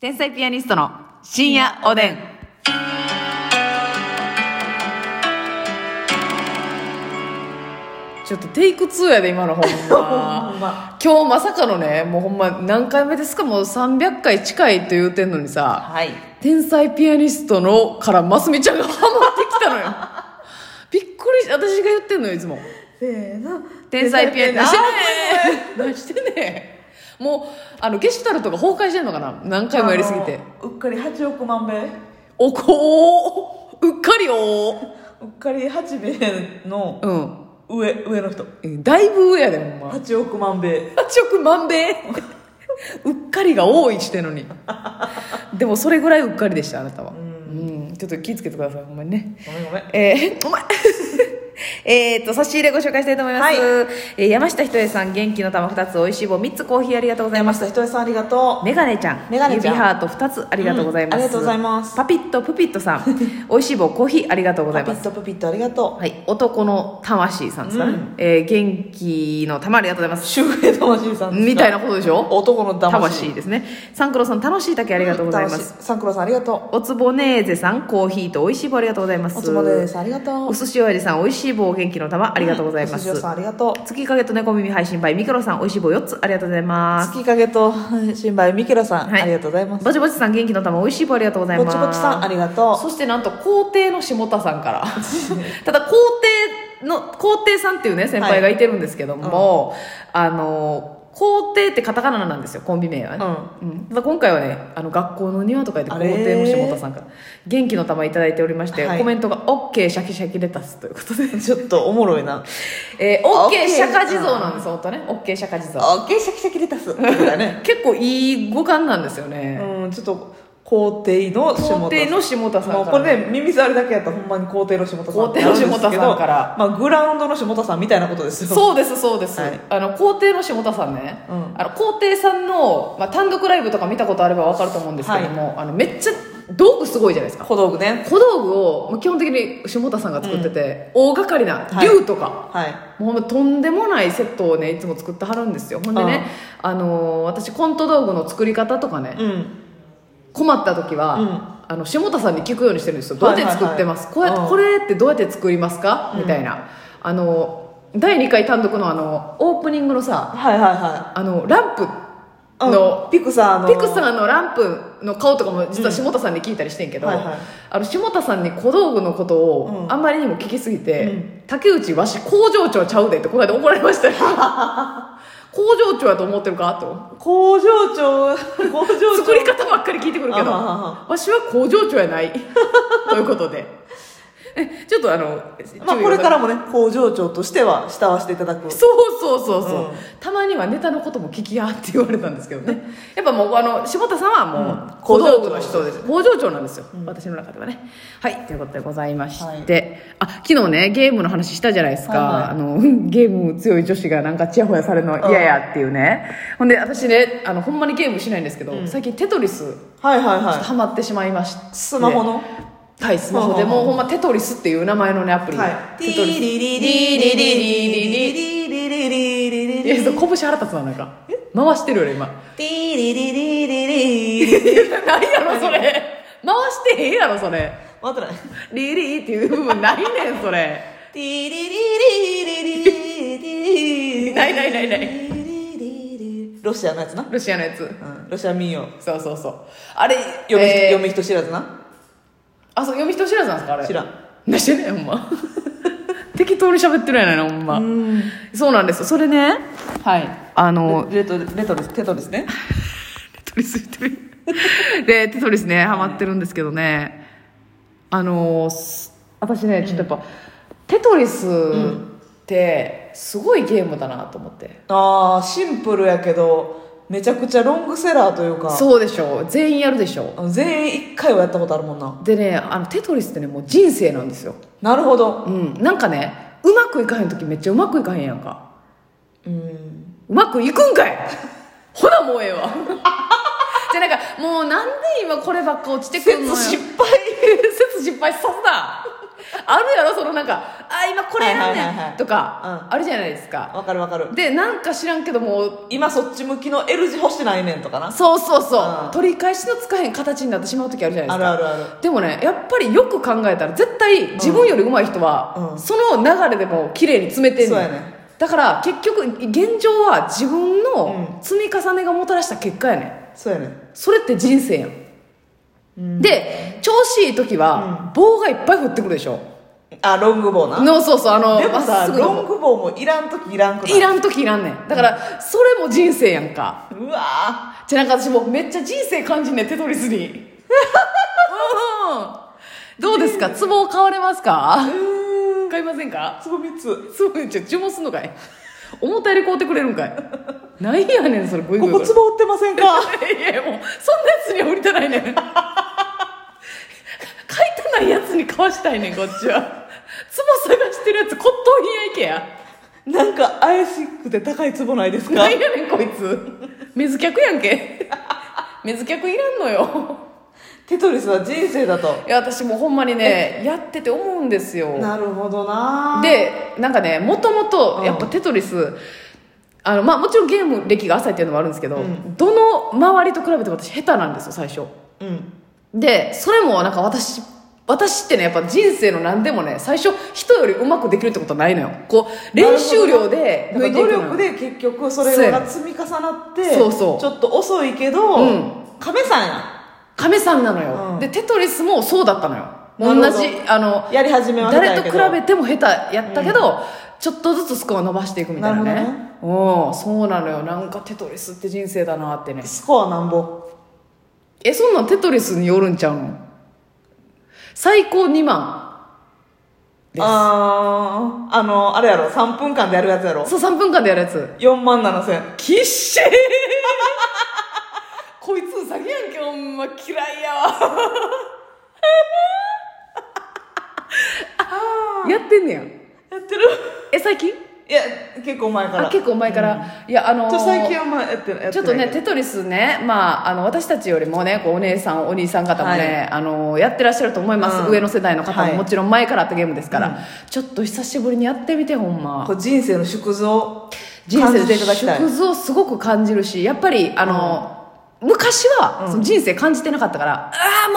天才ピアニストの深夜おでん。ちょっとテイク2やで今のほん ほんまま今日まさかのねもうほんま何回目ですかもう300回近いと言うてんのにさはい。天才ピアニストのからますみちゃんがハマってきたのよ びっくりし私が言ってんのよいつもせーの。天天才才ピピアアニニススト ト。何してんねん何してんねんもうあのゲシュタルトが崩壊してんのかな何回もやりすぎてあの。うっかり8億万べ。おこおうっかりおーうっかり8べのうん上、上の人。えだいぶ上やでほんま8億万べ。 8億万べうっかりが多いしてのにでもそれぐらいうっかりでしたあなたはうん、ちょっと気ぃつけてくださいほんまにねごめんごめん。えー、お前 えーと差し入れご紹介したいと思います、はいえー山下ひとえさん元気の玉2つおいしい棒3つコーヒーありがとうございま山す下ひとえさんありがとう。メガネちゃんメガネちゃん指ハート2つありがとうございます、うんありがとうございますパピッとプピッとさんおいしい棒コーヒーありがとうございパピますッとプピッとありがとはい、男の魂さんですかね、うんえー元気の玉ありがとうございまう。すシュウヘイ魂さんですかみたいなことでしょ男の魂。魂ですね三九郎さん楽しい竹ありがとうございます、す。サンクロさんありがとおつぼねーぜさんコーヒーとおいしい棒ありがとうございますう。おつもです。ありがとうお。寿司おやじさんおいしい棒元気の玉ありがとうございまおす、寿司屋さんありがとう。月影と猫耳配信倍ミクロさんおいしい棒4つありがとうございます月影と新梅みきらさん、はいありがとうございます。ぼぼちぼちさん元気の玉おいしい棒ありがとうございますちぼちさんありがとそしてなんと皇帝の下田さんから ただ皇帝の皇帝さんっていうね先輩がいてるんですけども、あの皇帝ってカタカナなんですよコンビ名はね、うんただ今回はねあの学校の庭とかで皇あれー帝の下田さんから元気の玉頂いただいておりまして、はいコメントが OK シャキシャキレタスと いうことで、う。ちょっとおもろいな。えー、OK OK 釈迦地蔵なんです本当ね OK 釈迦地蔵オッケー、シャキシャキレタス。そうだね。結構いい語感なんですよね、うん、ちょっと、皇帝の下田さん。皇帝の下田さんからもうこれね、耳障りだけやったらほんまに皇帝の下田さん。皇帝の下田さんから。まあ、グラウンドの下田さんみたいなことですよ。そうですそうです、はいあの皇帝の下田さんね、うんあの皇帝さんの、まあ、単独ライブとか見たことあれば分かると思うんですけども、あのめっちゃ道具すごいじゃないですか小道具ね。小道具をもう基本的に下田さんが作ってて、大掛かりなはい竜とか、はい。もうほんまとんでもないセットをねいつも作ってはるんですよほんでね、あのー私コント道具の作り方とかね、うん。困った時は、うんあの下田さんに聞くようにしてるんですよどうやって作ってます、はいはいはいこうやってこれってどうやって作りますか、みたいなあの第2回単独のあのオープニングのさはいはいはあのランプい。うんの、ピクサーの。ピクサーのランプの顔とかも実は下田さんに聞いたりしてんけど、はいはいあの下田さんに小道具のことをうんあんまりにも聞きすぎて、うん竹内わし工場長ちゃうでってこの間怒られました よ工場長やと思ってるかと工場長、工場長。作り方ばっかり聞いてくるけどあははわしは工場長や ないということでえちょっとあの、まあ、注意をこれからもね、工場長としては慕わせていただく。そうそうそうそう、うんたまにはネタのことも聞きやって言われたんですけどねやっぱもうあの柴田さんはもううん小道具の人です工場長なんですよ、私の中ではねはいということでございまして、あ昨日ねゲームの話したじゃないですか、はいはいあの ゲーム強い女子がなんかチヤホヤされるの嫌やっていうね、ほんで私ねあのほんまにゲームしないんですけど、最近テトリスはいはいはハマってしまいましてい。スマホの。はい、スマホでほうもうほうほんまテトリスっていう名前のねアプリ、テトリスいやそう拳腹立つななんか回してるよね今 何やろそれ回してへんやろそれリリーっていう部分ないねんそれ ないないないないロシアのやつそうそうそうあれえーあそう読み人知らずなんですかあれ何してんねんほんま 適当に喋ってるやないのほんまそうなんですよそれねはいあのテトリステト リスでテトリスねハマってるんですけどねあのーす私ねちょっとやっぱ、テトリスってすごいゲームだなと思って、そうでしょ全員やるでしょでねあのテトリスってねもう人生なんですようんなんかねうまくいかへん時めっちゃうまくいかへんやんかうまくいくんかい ほなもうええわ じゃあなんかもうなんで今こればっ か落ちてくんのよ説失敗さすなあるやろそのなんかあー今これやんはいはいはいねはんいとかうあるじゃないですかわかるわかるでなんか知らんけども今そっち向きの L 字干してないねんとかなそうそうそううん取り返しのつかへん形になってしまう時あるじゃないですかあるあるあるでもねやっぱりよく考えたら絶対自分より上手い人は、うんその流れでも綺麗に詰めてんのそうやねだから結局現状は自分のう積み重ねがもたらした結果やねんそうやねんそれって人生やん、で調子いい時は、棒がいっぱい降ってくるでしょあロングボーなのそうそうあのでもまっさすぐのロングボーもいらん時いらんくないいらん時いらんねんだからそれも人生やんかうわじゃあなんか私もうめっちゃ人生感じんねんテトリスにうんどうですかツボを買われますか買いませんーかつぼみつツボじゃあ注文すんのかい重たいで買うてくれるんかいないやねんそれグイグこイこつぼ売ってませんか いやいやもうそんなやつには売りたないねん買いたないやつに買わしたいねんこっちはツボ探してるやつ骨董品やいけやなんか怪しくて高いつぼないですかなんやねんこいつ水客やんけ水客いらんのよテトリスは人生だといや私もうほんまにねやってて思うんですよなるほどなでなんかねもともうとんやっぱテトリス、あのまあ、もちろんゲーム歴が浅いっていうのもあるんですけど、うんどの周りと比べて私下手なんですよ最初うんでそれもなんか私私ってねやっぱ人生の何でもね最初人よりうまくできるってことはないのよこう練習量でやっぱ抜いていく努のよ力で結局それが積み重なってそうそうちょっと遅いけど、うん亀さんや亀さんなのよ、うんでテトリスもそうだったのよ同なるほどじあのやり始めは下手や誰けとど比べても下手やったけど、ちょっとずつスコア伸ばしていくみたいなねなるうんそうなのよなんかテトリスって人生だなってねスコアなんぼえそんなんテトリスによるんちゃうの最高2万ですあーあのあれやろ3分間でやるやつやろそう3分間でやるやつ4万7千きっしー こいつうさぎやんけほんま嫌いや わやってんねややってるえ最近いや結構前からあ結構前から、いやあのーちょ最近はまあやってやってないちょっとね、けテトリスね、まあ、あの、私たちよりもね、こう、お姉さん、お兄さん方もね、はいあの、やってらっしゃると思います。うん上の世代の方はも、いもちろん前からあったゲームですから、ちょっと久しぶりにやってみて、ほんどまこ。う人生の縮図を人感生じてでいただきたい縮図をすごく感じるし、やっぱり、あの、昔は、その人生感じてなかったから、ああ、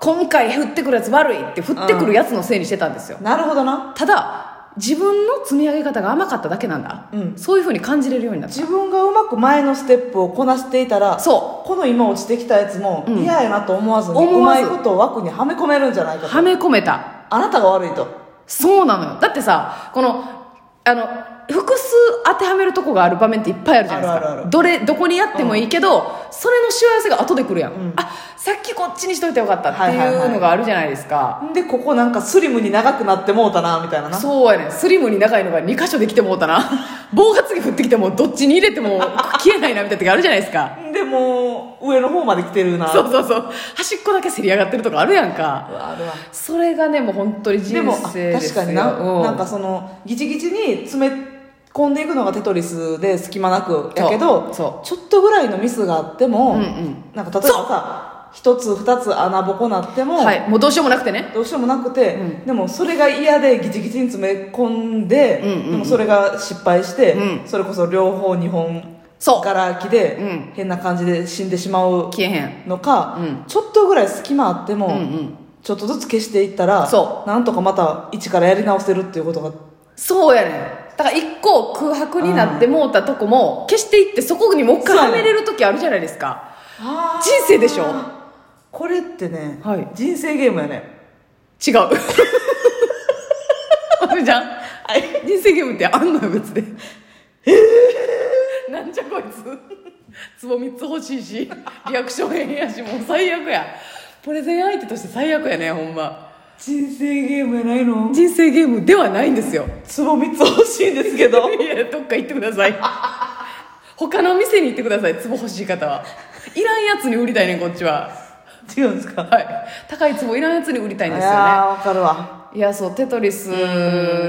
もう、今回降ってくるやつ悪いって、降ってくるやつのせいにしてたんですよ。なるほどなただ、自分の積み上げ方が甘かっただけなんだ。うんそういうふうに感じれるようになった。自分がうまく前のステップをこなしていたらそう。この今落ちてきたやつもん嫌やなと思わずに、う思わまずいことを枠にはめ込めるんじゃないかとはめ込めた。あなたが悪いとそうなのよだってさこのあの複数当てはめるとこがある場面っていっぱいあるじゃないですかあるあるあるどれどこにやってもいいけど、それのしわ寄せが後で来るやん、あさっきこっちにしといてよかったってはいはいいはういのがあるじゃないですか、でここなんかスリムに長くなってもうたなみたいななそうやねんスリムに長いのが2箇所できてもうたな棒が次降ってきてもどっちに入れて も消えないなみたいな時あるじゃないですかでもう上の方まで来てるなそうそうそう端っこだけせり上がってるとかあるやんかうわあるわそれがねもう本当に人でもあ生です確よかにな,、うなんかそのギチギチに詰め込んでいくのがテトリスで隙間なくやけどそちょっとぐらいのミスがあってうも、んうんなんか例えばさ一つ二つ穴ぼこなっても、はいもうどうしようもなくてねどうしようもなくて、うでもそれが嫌でギチギチに詰め込んで、うんうんうんでもそれが失敗して、うんそれこそ両方2本そうがら空きで、うん変な感じで死んでしまう消えへんのか、うんちょっとぐらい隙間あっても、うんうんちょっとずつ消していったらそなんとかまた一からやり直せるっていうことがそうやねんだから一個空白になってもうたとこも消していってそこにもう一回はめれる時あるじゃないですか人生でしょこれってね、はい人生ゲームやね違う あるじゃん、人生ゲームってあんのよ別でええなんじゃこいつつぼ3つ欲しいしリアクション変やしもう最悪やプレゼン相手として最悪やねほんま人生ゲームやないの人生ゲームではないんですよつぼ3つ欲しいんですけどいやどっか行ってください 他の店に行ってください壺欲しい方はいらんやつに売りたいねんこっちは違うんですかはい高い壺いらんやつに売りたいんですよいねやーわかるわいやそうテトリス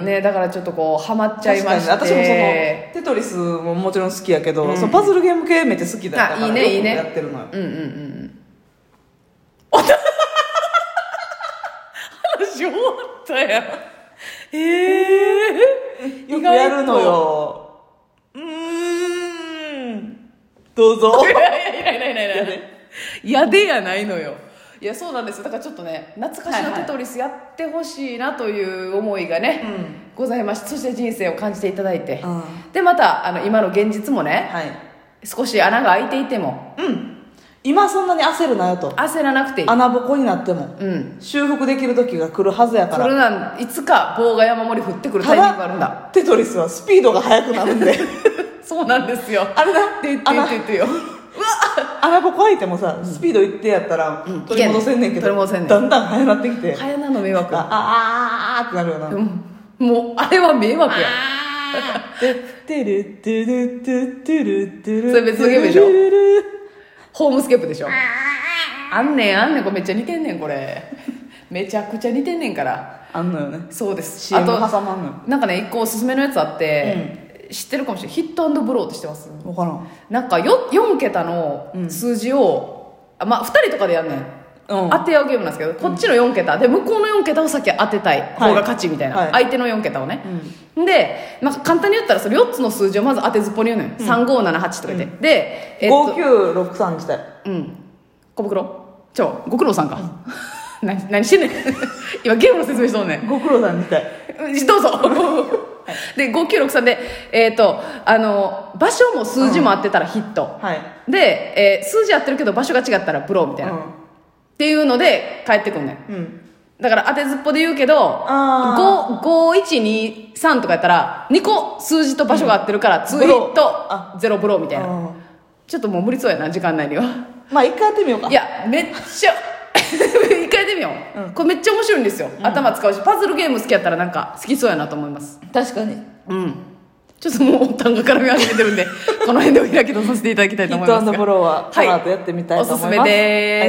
ねだからちょっとこうハマっちゃい確まかにして私もそのテトリスももちろん好きやけど、そのパズルゲーム系めっちゃ好きだったからあいいねいいねよくやってるのようんうんうんうん 話終わったやんえええよくやるのようーんど うぞいやいやいやいやいやいややでやないのよいやそうなんですだからちょっとね懐かしのテトリスやってほしいなという思いがね、うんございましてそして人生を感じていただいて、うんでまたあの今の現実もね、はい少し穴が開いていてもうん今そんなに焦るなよと焦らなくていい穴ぼこになってもうん修復できる時が来るはずやかそれらなんいつか棒が山盛り降ってくるタたイミングがあるんだだテトリスはスピードが速くなるんでそうなんですよあれだでって言穴って言ってよ穴ぼこ開いてもさスピードいってやったら取り戻せんねんけど取り戻せんねんだんだん速なってきて早菜の迷惑ああーあーあーってなるよなうんもうあれは迷惑や でてるてるてるてるてるそれ別のゲームでしょてるてるてるホームスケープでしょあんねんあんねんこれめっちゃ似てんねんこれめちゃくちゃ似てんねんからあんのよねそうですあ CM と挟まんのよなんかね一個おすすめのやつあって、知ってるかもしれないヒットブローって知ってます分からなんかよ4桁の数字を、あまあ、2人とかでやんねん、うん当て合うゲームなんですけどこっちの4桁で向こうの4桁を先当てたい方が勝ちみたいな、はい相手の4桁をね、で、まあ、簡単に言ったらその4つの数字をまず当てずっぽに言うのよ、3578とか言って、で、えっんと5963自体うん小袋ちょご苦労さんか、 何何してんねん今ゲームの説明しとんねんご苦労さん自体うんどうぞで5963でえっ、とあの場所も数字も合ってたらヒット、はいで、えー数字合ってるけど場所が違ったらブローみたいな、うっんていうので帰ってくんねんうんだから当てずっぽで言うけどあ5123とかやったら2個数字と場所が合ってるから2ヒブローットあゼロブローみたいなうんちょっともう無理そうやな時間内にはまあ一回やってみようかいやめっちゃ 一回やってみよう、これめっちゃ面白いんですよ、頭使うしパズルゲーム好きやったらなんか好きそうやなと思います確かにうんちょっともう単価絡み始めてるんでこの辺でお開きとさせていただきたいヒと思ッ いまトすがブローはカラーとやってみたいと思いますおすすめです